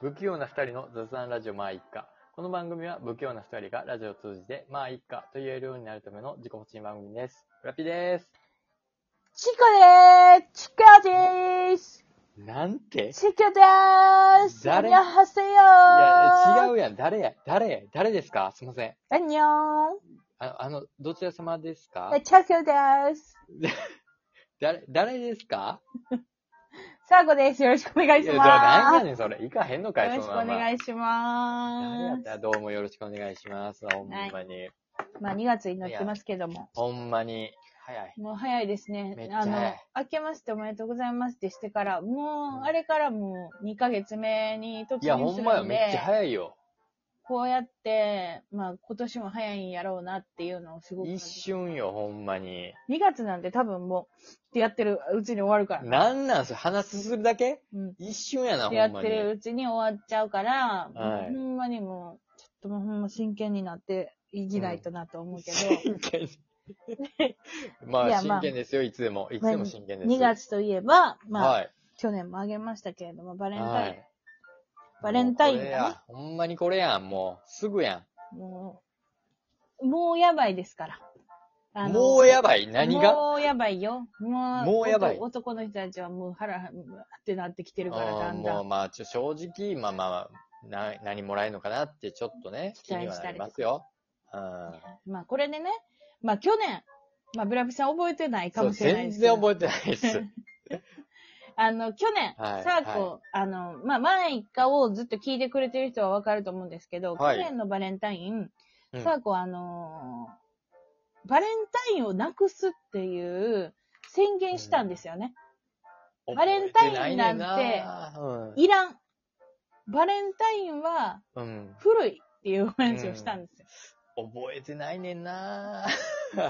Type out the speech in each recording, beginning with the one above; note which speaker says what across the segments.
Speaker 1: 不器用な二人の雑談ラジオまあいっか。この番組は不器用な二人がラジオを通じてまあいっかと言えるようになるための自己保身番組です。ラピです。
Speaker 2: チコでーすチコでーす
Speaker 1: なんてい
Speaker 2: チコでーす
Speaker 1: 誰
Speaker 2: アニョンハセヨー
Speaker 1: や、違
Speaker 2: う。
Speaker 1: うやん。誰や誰や誰ですかすいません。
Speaker 2: アニョン。
Speaker 1: ああの、どちら様ですか
Speaker 2: えチョキョでーす。
Speaker 1: 誰、誰ですか
Speaker 2: サーゴです。よろしくお願いし
Speaker 1: いやじゃあ
Speaker 2: ま
Speaker 1: 何やねん、それ。いかへんの
Speaker 2: す。
Speaker 1: かい、
Speaker 2: よろ
Speaker 1: そ
Speaker 2: しく
Speaker 1: の
Speaker 2: お
Speaker 1: まま。
Speaker 2: 願いし
Speaker 1: 誰や
Speaker 2: ま
Speaker 1: っ
Speaker 2: す
Speaker 1: た。らどうもよろしくお願いします。ほんまに。
Speaker 2: まあ2月になってますけども。
Speaker 1: ほんまに。早い。
Speaker 2: もう早いです
Speaker 1: めっ
Speaker 2: ね。
Speaker 1: ちゃ
Speaker 2: あの
Speaker 1: 早い、
Speaker 2: 明けましておめでとうございますってしてから、
Speaker 1: う
Speaker 2: も
Speaker 1: ん
Speaker 2: う、あれからもう2ヶ月目に突入するので。
Speaker 1: いや、ほんまよ。めっちゃ早いよ。
Speaker 2: こうやって、まあ今年も早いんやろうなっていうのをすごく感
Speaker 1: 一
Speaker 2: じて。
Speaker 1: 瞬よ、ほんまに。
Speaker 2: 2月なんて多分もう、やってるうちに終わるから。
Speaker 1: なんなんそれ話すするだけ
Speaker 2: うん。
Speaker 1: 一瞬やな、ほ
Speaker 2: や
Speaker 1: ん
Speaker 2: っ
Speaker 1: ま
Speaker 2: てる
Speaker 1: に。
Speaker 2: うちに終わっちゃうから、
Speaker 1: はい
Speaker 2: ほんまにもう、ちょっともうほんま真剣になっていきないとなと思うけど、
Speaker 1: 真 剣に。ま
Speaker 2: い
Speaker 1: あ、
Speaker 2: やま
Speaker 1: 真
Speaker 2: あ
Speaker 1: 剣ですよ、いつでも。いつでも真剣です。
Speaker 2: 2月といえば、まあ、
Speaker 1: はい。
Speaker 2: 去年もあげましたけれども、バレンタ
Speaker 1: は
Speaker 2: イン
Speaker 1: い。
Speaker 2: バレンタイン
Speaker 1: もうこれや。ほんまにこれやん、もう。すぐや
Speaker 2: もう、もうやばいですから。あ
Speaker 1: ん。
Speaker 2: の
Speaker 1: もうやばい。何が
Speaker 2: もうやばいよ。もう、
Speaker 1: もうやばい
Speaker 2: 男男の人たちはもう腹、ってなってきてるから、
Speaker 1: あ
Speaker 2: だ
Speaker 1: ー
Speaker 2: んだ。
Speaker 1: もうんまあ、ちょ正直、まあまあ、な何もらえるのかなって、ちょっとね、気
Speaker 2: 期待
Speaker 1: には
Speaker 2: した
Speaker 1: な
Speaker 2: り
Speaker 1: り
Speaker 2: とか
Speaker 1: ますよ。うん。
Speaker 2: まあこれでね、まあ去年、まあブラピさん覚えてないか
Speaker 1: そう、
Speaker 2: もしれな
Speaker 1: 全
Speaker 2: いですけど。
Speaker 1: 然覚えてないです。
Speaker 2: あの、去年、
Speaker 1: はい
Speaker 2: サーコ、あの、まあ、前一回をずっと聞いてくれてる人はわかると思うんですけど、
Speaker 1: はい
Speaker 2: 去年のバレンタイン、
Speaker 1: うん
Speaker 2: サーコ、あのーバレンタインをなくすっていう宣言したんですよね。 バレンタインなんて
Speaker 1: 覚えないう
Speaker 2: いらん。バレンタインは
Speaker 1: ん。うん。
Speaker 2: 古いっていうお話をしたんですよ。
Speaker 1: 覚えてないねんな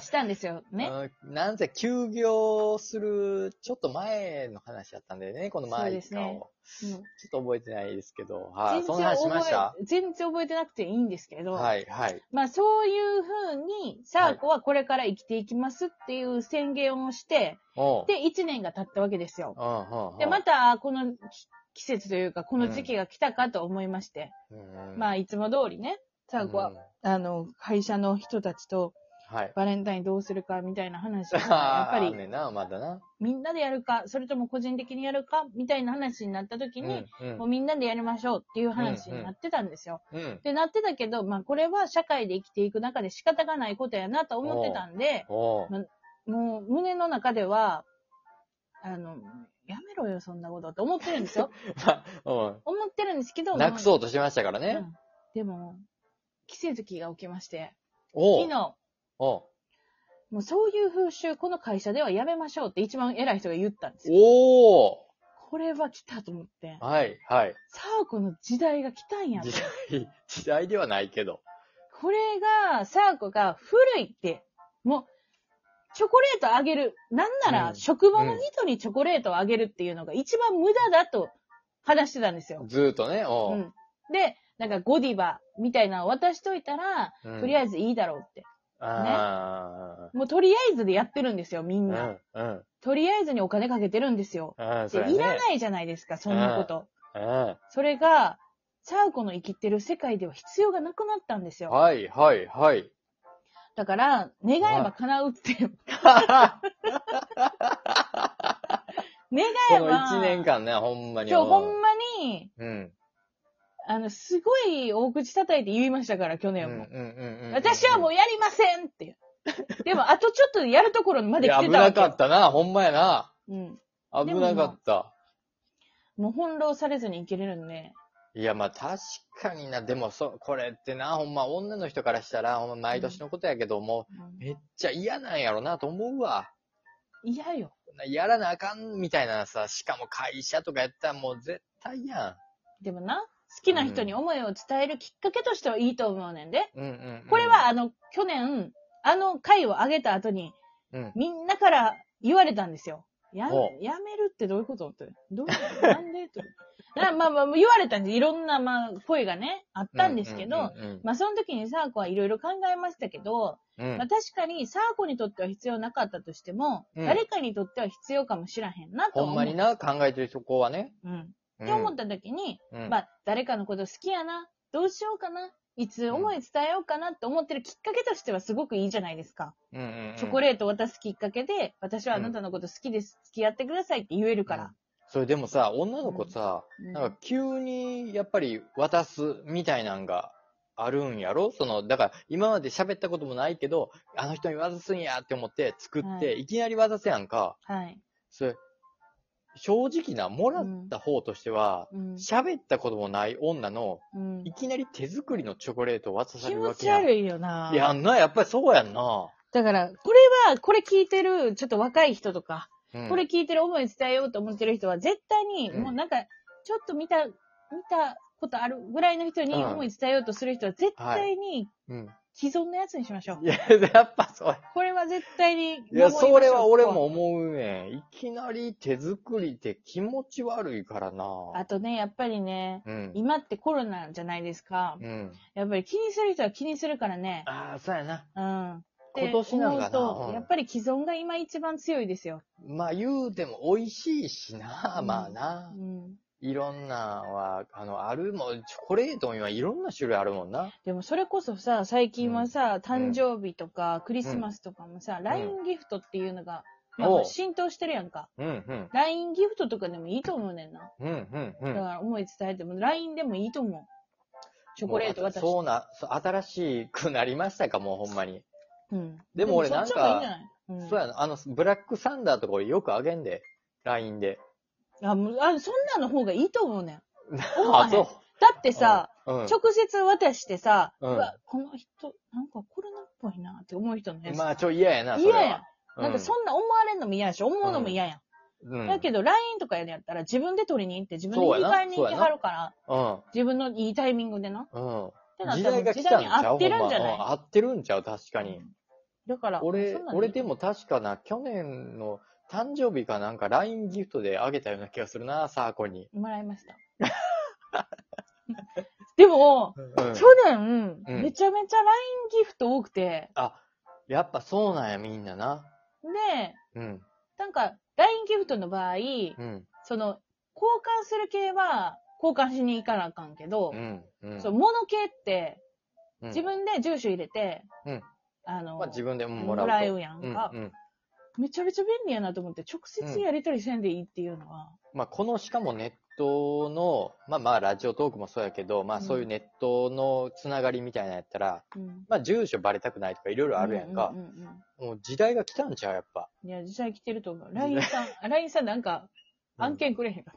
Speaker 2: したんです よね。
Speaker 1: うんなんせ休業するちょっと前の話だったんだよね、この
Speaker 2: そう
Speaker 1: 前
Speaker 2: で
Speaker 1: 一
Speaker 2: す
Speaker 1: 回を。
Speaker 2: ねうん
Speaker 1: ちょっと覚えてないですけど、はい。
Speaker 2: 全
Speaker 1: そ
Speaker 2: 然
Speaker 1: の話しました
Speaker 2: 覚え全然覚えてなくていいんですけど、
Speaker 1: はい、はい。
Speaker 2: まあそういうふうに、サーコはこれから生きていきますっていう宣言をして、
Speaker 1: おう。
Speaker 2: で、1年が経ったわけですよ。
Speaker 1: うんうんうん、
Speaker 2: で、また、このき季節というか、この時期が来たかと思いまして、
Speaker 1: うん、
Speaker 2: まあ、いつも通りね、サーコは、
Speaker 1: うん
Speaker 2: あの、会社の人たちと
Speaker 1: はい。
Speaker 2: バレンタインどうするかみたいな 話を、やっ
Speaker 1: あー
Speaker 2: ぱ
Speaker 1: あん
Speaker 2: り、
Speaker 1: ねんな、まだな。
Speaker 2: みんなでやるか、それとも個人的にやるか、みたいな話になった時に、
Speaker 1: うん
Speaker 2: もうみんなでやりましょうっていう話になってたんですよ。
Speaker 1: うん。うん。
Speaker 2: で、なってたけど、まあ、これは社会で生きていく中で仕方がないことやなと思ってたんで、
Speaker 1: おう
Speaker 2: まもう胸の中では、あの、やめろよ、そんなことって思ってるんで すよ。
Speaker 1: まあ
Speaker 2: 思ってるんですけ
Speaker 1: う
Speaker 2: ど、
Speaker 1: ん。なくそうとしましたから
Speaker 2: う
Speaker 1: ね。
Speaker 2: んでも、奇跡が起きまして、
Speaker 1: おう
Speaker 2: 昨日、
Speaker 1: おう
Speaker 2: もうそういう風習、この会社ではやめましょうって一番偉い人が言ったんですよ。
Speaker 1: おお
Speaker 2: これは来たと思って、
Speaker 1: はい、はい。
Speaker 2: サーコの時代が来たんやと
Speaker 1: 時。代、時代ではないけど。
Speaker 2: これが、サーコが古いって、もう、チョコレートあげる。なんな
Speaker 1: うん
Speaker 2: ら、職場の人にチョコレートをあげるっていうのが一番無駄だと話してたんですよ。
Speaker 1: ずーっとね、お
Speaker 2: う
Speaker 1: う、
Speaker 2: ん。で、なんかゴディバみたいなのを渡しといたら、
Speaker 1: うん
Speaker 2: とりあえずいいだろうって。
Speaker 1: あ
Speaker 2: もうとりあえずでやってるんですよ、み
Speaker 1: あ、うん
Speaker 2: な。
Speaker 1: ん、うん、
Speaker 2: とりあえずにお金かけてるんですよ。
Speaker 1: うん、
Speaker 2: で
Speaker 1: そうやね。
Speaker 2: いらないじゃないですか、そんなこと。
Speaker 1: うん
Speaker 2: それが、サーコの生きてる世界では必要がなくなったんですよ。
Speaker 1: はい、はい、はい。
Speaker 2: だから、願えば叶うって。願
Speaker 1: こ
Speaker 2: え
Speaker 1: の
Speaker 2: ば、
Speaker 1: 1年間ね、ほんまに。
Speaker 2: 今日ほんまに、
Speaker 1: うん。
Speaker 2: あの、すごい大口叩いて言いましたから、去
Speaker 1: うん。う
Speaker 2: 年も。
Speaker 1: ん
Speaker 2: 私はもうやりません って。でも、あとちょっとでやるところま
Speaker 1: い
Speaker 2: で
Speaker 1: や
Speaker 2: 来
Speaker 1: 危
Speaker 2: てたわ
Speaker 1: な
Speaker 2: け
Speaker 1: かっ
Speaker 2: よ。
Speaker 1: たな、ほんまやな。
Speaker 2: うん。
Speaker 1: 危なかった。
Speaker 2: もう翻弄されずにいけれるんで。
Speaker 1: いや、まあ確かにな、でもそう、これってな、ほんま女の人からしたら、ほんま毎年のことやけど、も
Speaker 2: うん
Speaker 1: うめっちゃ嫌なんやろなと思うわ。
Speaker 2: 嫌、よ。
Speaker 1: こんなやらなあかんみたいなさ、しかも会社とかやったらもう絶対や
Speaker 2: でもな、好きな人に思いを伝えるきっかけとしてはいいと思うねんで。
Speaker 1: ん。うんうん、うん
Speaker 2: これは、、あの、去年、あの回を上げた後に、
Speaker 1: うん。
Speaker 2: みんなから言われたんですよ。や
Speaker 1: ほ
Speaker 2: め、やめるってどういうことって。どういうことなんでって。 なまあまあ、言われたんです。いろんな、まあ、声がね、あったんですけど、
Speaker 1: うんうん
Speaker 2: まあ、その時にサーコはいろいろ考えましたけど、
Speaker 1: うんうん
Speaker 2: まあ、確かにサーコにとっては必要なかったとしても、
Speaker 1: うん
Speaker 2: 誰かにとっては必要かもしらへんなと
Speaker 1: ほ
Speaker 2: は思
Speaker 1: ん
Speaker 2: う。
Speaker 1: まにな、考えてる人こはね。
Speaker 2: うん。って思った時に、
Speaker 1: うん
Speaker 2: まあ、誰かのこと好きやな、どうしようかな、いつ思い伝えようかなって思ってるきっかけとしてはすごくいいじゃないですか。
Speaker 1: うんうんうん
Speaker 2: チョコレート渡すきっかけで、私はあなたのこと好きです、付き合ってくださいって言えるから。
Speaker 1: それでもさ、女の子さ、
Speaker 2: うん
Speaker 1: なんか急にやっぱり渡すみたいなんがあるんやろその、だから今まで喋ったこともないけど、あの人に渡すんやって思って作って、
Speaker 2: はい
Speaker 1: い、きなり渡すやんか。
Speaker 2: はい。
Speaker 1: それ、正直な、もらった方としては、
Speaker 2: うん。
Speaker 1: 喋ったこともない女の、
Speaker 2: うん
Speaker 1: いきなり手作りのチョコレートを渡され
Speaker 2: 気
Speaker 1: る
Speaker 2: 持
Speaker 1: わけ
Speaker 2: ち
Speaker 1: やん。
Speaker 2: 悪いよな。
Speaker 1: やんな、やっぱりそうやんな。
Speaker 2: だから、これは、これ聞いてる、ちょっと若い人とか、
Speaker 1: うん
Speaker 2: これ聞いてる思い伝えようと思ってる人は、絶対に、
Speaker 1: うん
Speaker 2: もうなんか、ちょっと見た、見たことあるぐらいの人に
Speaker 1: うん
Speaker 2: 思い伝えようとする人は、絶対に
Speaker 1: うん。
Speaker 2: 既存のやつにしましょう。
Speaker 1: いや、やっぱそうや。
Speaker 2: これは絶対に。
Speaker 1: いや、それは俺も。思うねん。いきなり手作りって気持ち悪いからな。
Speaker 2: あとね、やっぱりね、
Speaker 1: うん。
Speaker 2: 今ってコロナじゃないですか。
Speaker 1: うん。
Speaker 2: やっぱり気にする人は気にするからね。
Speaker 1: ああ、そうやな。
Speaker 2: うん。って
Speaker 1: 今年なんかな
Speaker 2: 思う
Speaker 1: う
Speaker 2: と、
Speaker 1: ん
Speaker 2: やっぱり既存が今一番強いですよ。
Speaker 1: まあ言うても美味しいしな、
Speaker 2: うん
Speaker 1: まあ
Speaker 2: う
Speaker 1: な。
Speaker 2: ん。い
Speaker 1: いろんなんは、あの、あるもん、チョコレートにはいろんな種類あるもんな。
Speaker 2: でもそれこそさ、最近はさ、誕生日とかクリスマスとかもさ、LINE ギフトっていうのが、まあ
Speaker 1: おう
Speaker 2: 浸透してるやんか。
Speaker 1: うん、うん、
Speaker 2: LINE ギフトとかでもいいと思うねんな。
Speaker 1: うん、うん、う
Speaker 2: だか
Speaker 1: ん。
Speaker 2: ら思い伝えても、LINE でもいいと思う。チョコレート渡して。
Speaker 1: そうな、そう新しくなりましたか、もうほんまに。
Speaker 2: うん。
Speaker 1: でも俺
Speaker 2: そっちの方がいいんじゃないん
Speaker 1: そうやな。あの、ブラックサンダーとか俺よくあげんで。LINE で。
Speaker 2: あ、もう、あ、そんなの方がいいと思うねん。思わ へ
Speaker 1: あ、
Speaker 2: ん
Speaker 1: そ
Speaker 2: だってさ、
Speaker 1: う。うん。
Speaker 2: 直接渡してさ、う
Speaker 1: うん
Speaker 2: わ、この人、なんかコロナっぽいなって思う人のやつ。
Speaker 1: まあ、ちょ、嫌やな、それは。
Speaker 2: 嫌やん。なんかそ
Speaker 1: うん
Speaker 2: な思われんのも嫌やし、思うのも嫌やん。
Speaker 1: ん、うん
Speaker 2: だけど、LINE とかやったら自分で取りに行って、自分で
Speaker 1: そう
Speaker 2: 言
Speaker 1: やな
Speaker 2: い換えに行きはるから、
Speaker 1: うん。
Speaker 2: 自分のいいタイミングでな。っ
Speaker 1: う
Speaker 2: て
Speaker 1: ん。
Speaker 2: なっ
Speaker 1: 時
Speaker 2: たら
Speaker 1: 代が来たんちゃう
Speaker 2: もう時代に合ってるんじゃない
Speaker 1: ほんまうん合ってるんちゃう確かに。。
Speaker 2: だから、
Speaker 1: 俺
Speaker 2: そん、なんいい
Speaker 1: 俺でも確かな、去年の誕生日かなんか LINE ギフトであげたような気がするな、サーコに。
Speaker 2: もらいま した。でも、
Speaker 1: うん
Speaker 2: 去年、
Speaker 1: うん
Speaker 2: めちゃめちゃ LINE ギフト多くて、
Speaker 1: あ、やっぱそうなんや、みんなな。
Speaker 2: で、
Speaker 1: うん。
Speaker 2: なんか、LINE ギフトの場合、
Speaker 1: うん。
Speaker 2: その、交換する系は、交換しに行かなあかんけど
Speaker 1: う、ん。うん。
Speaker 2: そう、物系って、
Speaker 1: うん
Speaker 2: 自、分で住所入れて、
Speaker 1: うん
Speaker 2: あの、
Speaker 1: まあ自分でも
Speaker 2: も
Speaker 1: らうと。
Speaker 2: らえるやん
Speaker 1: うん。
Speaker 2: か、
Speaker 1: うん。
Speaker 2: めちゃめちゃ便利やなと思って、直接やり取りせんでいいっていうのは。
Speaker 1: まあ、このしかもネットの、まあまあ、ラジオトークもそうやけど、まあそういうネットのつながりみたいなのやったら、
Speaker 2: うん。
Speaker 1: まあ住所バレたくないとかいろいろあるやんか
Speaker 2: う。んうんうん
Speaker 1: もう時代が来たんちゃう、やっぱ。
Speaker 2: うんいや、実際来てると思う。LINE さん、あ LINE さんなんか、案件くれへんか。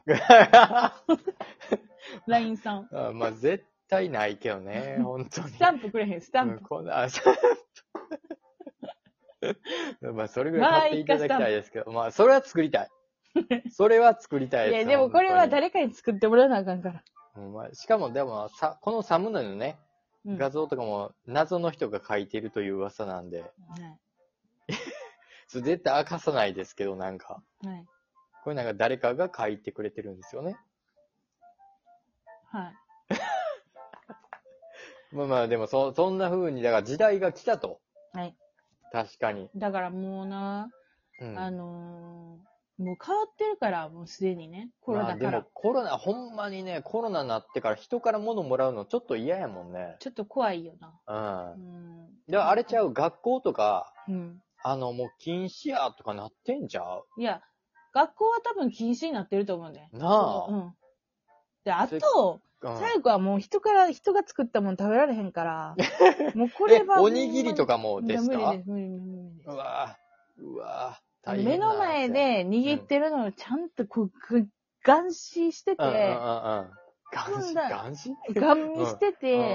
Speaker 2: LINE さん。
Speaker 1: あ まあ、絶対ないけどね、本当に。
Speaker 2: スタンプくれへん、スタン
Speaker 1: うん
Speaker 2: プ。
Speaker 1: こんなあスタンプ まあ、それぐらい買っていただきたいですけど、まあ、それは作り たい。それは作りたい
Speaker 2: い
Speaker 1: です。
Speaker 2: や、でもこれ
Speaker 1: 本
Speaker 2: は
Speaker 1: 当に
Speaker 2: 誰かに作ってもらわなあかんから。
Speaker 1: ほんましかも、でもさ、このサムネのね、
Speaker 2: うん
Speaker 1: 画像とかも謎の人が書いてるという噂なんで、
Speaker 2: はい
Speaker 1: それ絶対明かさないですけど、なんか。
Speaker 2: はい。
Speaker 1: これなんか誰かが書いてくれてるんですよね。
Speaker 2: はい。
Speaker 1: まあまあ、でもそ、そんな風に、だから時代が来たと。
Speaker 2: はい。
Speaker 1: 確かに。
Speaker 2: だからもうな、
Speaker 1: うん
Speaker 2: あのーもう変わってるから、もうすでにね。コロ
Speaker 1: ま
Speaker 2: ナ
Speaker 1: あ
Speaker 2: か
Speaker 1: で
Speaker 2: ら
Speaker 1: も。コロナ、ほんまにね、コロナになってから人から物もらうのちょっと嫌やもんね。
Speaker 2: ちょっと怖いよな。
Speaker 1: うん
Speaker 2: う。ん。
Speaker 1: でもあれちゃう、学校とか、
Speaker 2: うん。
Speaker 1: あの、もう禁止やとかなってんちゃう
Speaker 2: いや、学校は多分禁止になってると思うんだよ。
Speaker 1: なあ
Speaker 2: うん。で、あと、
Speaker 1: うん。
Speaker 2: 最後はもう人から、人が作ったもの食べられへ んから、もうこ
Speaker 1: え
Speaker 2: れはほんま
Speaker 1: お
Speaker 2: に。
Speaker 1: にぎりとかも
Speaker 2: い
Speaker 1: で
Speaker 2: や
Speaker 1: す
Speaker 2: 無理
Speaker 1: か
Speaker 2: です、無理無理無理で
Speaker 1: うわぁ、うわぁ、
Speaker 2: す
Speaker 1: 大変
Speaker 2: 目
Speaker 1: やな
Speaker 2: の前、で握ってるのをちゃんとこう、ぐ眼視してて、
Speaker 1: うんうんうんうん。
Speaker 2: ほ
Speaker 1: 監視
Speaker 2: んだ
Speaker 1: 監視
Speaker 2: ガン見して
Speaker 1: うんうん
Speaker 2: て、
Speaker 1: はい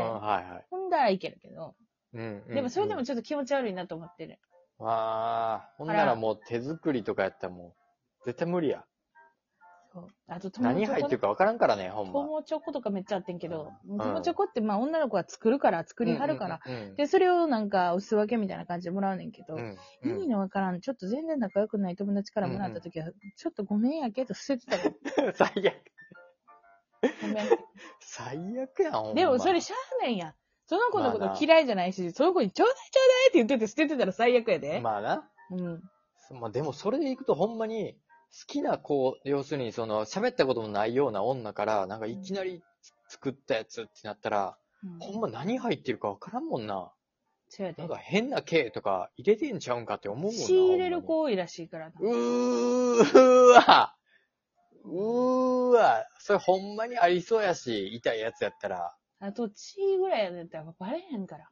Speaker 1: はい。
Speaker 2: ほんだらいけるけど、
Speaker 1: うんうんうん
Speaker 2: でもそれでもちょっと気持ち悪いなと思ってる。
Speaker 1: わぁ、ほんならもう手作りとかやったらもう、絶対無理や。
Speaker 2: そう。あと、友
Speaker 1: 何
Speaker 2: チョ
Speaker 1: 入って
Speaker 2: コ
Speaker 1: るかわからんからね、ほんま。
Speaker 2: 友チョコとかめっちゃあってんけど、
Speaker 1: うん
Speaker 2: 友チョコってまあ女の子は作るから、作りはるから。
Speaker 1: うんうんうんうん。
Speaker 2: で、それをなんか、薄分けみたいな感じでもらうねんけど、
Speaker 1: うん
Speaker 2: 意味のわからん、ちょっと全然仲良くない友達からもらった時は、ちょっとごめんやけど捨ててたよ。
Speaker 1: うん、 最悪。
Speaker 2: ごめん。
Speaker 1: 最悪やん、ほんま
Speaker 2: でもそれしゃあないやん。その子のこ
Speaker 1: まあ
Speaker 2: と
Speaker 1: な
Speaker 2: 嫌いじゃないし、その子にちょうだいちょうだいって言ってて捨ててたら最悪やで。
Speaker 1: まあな。
Speaker 2: うん。
Speaker 1: まあでもそれでいくとほんまに、きな子、要するにその、喋ったこともないような女から、なんかいきなりつ作ったやつってなったら、
Speaker 2: うん
Speaker 1: ほんま何入ってるかわからんもんな。
Speaker 2: そうやで
Speaker 1: なんか変な系とか入れてんちゃうんかって思うもんな。
Speaker 2: 仕入れる子多いらしいからな。
Speaker 1: ほんまにうーわうーわそれほんまにありそうやし、痛いやつやったら。
Speaker 2: あと、チーぐらいやねんったらバレへんから。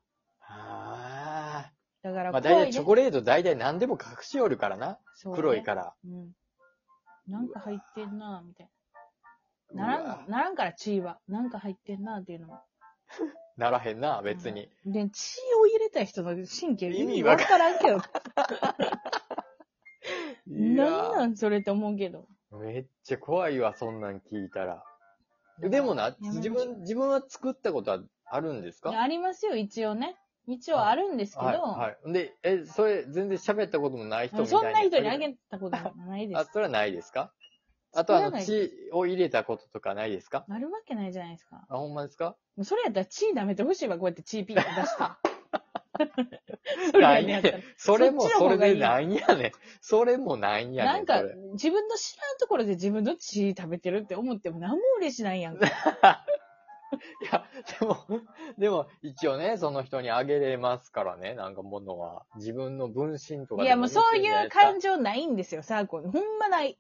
Speaker 1: あ
Speaker 2: だか
Speaker 1: あ。
Speaker 2: ら
Speaker 1: まあ
Speaker 2: 怖い、ね。
Speaker 1: 大体チョコレート大体何でも隠しよるからな。
Speaker 2: そうね
Speaker 1: 黒いから。
Speaker 2: うん。なんか入ってんなぁ、みたいな。
Speaker 1: う
Speaker 2: なら
Speaker 1: わ
Speaker 2: ん、ならんから、チーは。なんか入ってんなぁっていうのも。
Speaker 1: ならへんな、別に。
Speaker 2: で、チーを入れた人の神経
Speaker 1: 意
Speaker 2: 意
Speaker 1: 味
Speaker 2: 味
Speaker 1: わ
Speaker 2: わ
Speaker 1: か
Speaker 2: からんけど。
Speaker 1: いや
Speaker 2: なんなんそれって思うけど。
Speaker 1: めっちゃ怖いわ、そんなん聞いたら。でもな
Speaker 2: や、めまし
Speaker 1: 自
Speaker 2: ょう
Speaker 1: 分、自分は作ったことはあるんですか
Speaker 2: いやありますよ、一応ね。一応あるんですけど、
Speaker 1: はい、はい。で、え、それ、全然喋ったこともない人みたい
Speaker 2: そんな人にあ
Speaker 1: る
Speaker 2: げたことはないで
Speaker 1: あ、
Speaker 2: す。
Speaker 1: それはないですかあと、あ
Speaker 2: 作ら
Speaker 1: の、
Speaker 2: ない
Speaker 1: 血を入れたこととかないですか
Speaker 2: なるわけないじゃないですか。
Speaker 1: あ、ほんまですか
Speaker 2: もうそれやったらチー舐めてほしいわ、こうやってチーピーって出 して。それ
Speaker 1: な
Speaker 2: や
Speaker 1: い
Speaker 2: ねんや
Speaker 1: ね
Speaker 2: ったら。
Speaker 1: それも
Speaker 2: そっちの
Speaker 1: それ
Speaker 2: 方がいい
Speaker 1: でなんやねん。それもなんやねん。
Speaker 2: なんか
Speaker 1: それ、
Speaker 2: 自分の知らんところで自分の血食べてるって思っても何も嬉しないやんか。
Speaker 1: いや、でも、でも、一応ね、その人にあげれますからね、なんかものは。自分の分身とか
Speaker 2: い
Speaker 1: で
Speaker 2: や、
Speaker 1: も
Speaker 2: もう
Speaker 1: 見てん
Speaker 2: そう
Speaker 1: じゃないで
Speaker 2: う
Speaker 1: すか
Speaker 2: 感情ないんですよ、サーコン。ほんまない。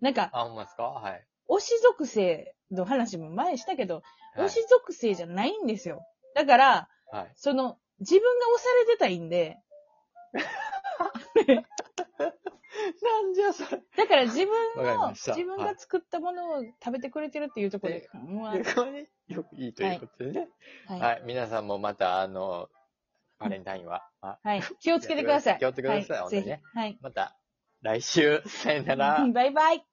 Speaker 2: なんか、
Speaker 1: あ、ほんまですかはい。
Speaker 2: 推し属性の話も前したけど、
Speaker 1: はい
Speaker 2: 推し属性じゃないんですよ。だから、
Speaker 1: はい。
Speaker 2: その、自分が押されてたいんで、
Speaker 1: なんじゃそれ。
Speaker 2: だから自分
Speaker 1: わかり
Speaker 2: の、
Speaker 1: ました
Speaker 2: 自分が作ったものを食べてくれてるっていうところで、もうあ
Speaker 1: これよくいいということでね。
Speaker 2: は
Speaker 1: はいい、皆さんもまた、あの、バレンタインは、あ
Speaker 2: はい。気をつけてください。
Speaker 1: 気をつけてください
Speaker 2: は
Speaker 1: 本当
Speaker 2: ぜ
Speaker 1: に
Speaker 2: ひ。
Speaker 1: ね
Speaker 2: はい。
Speaker 1: また来週、さよなら。
Speaker 2: バイバイ。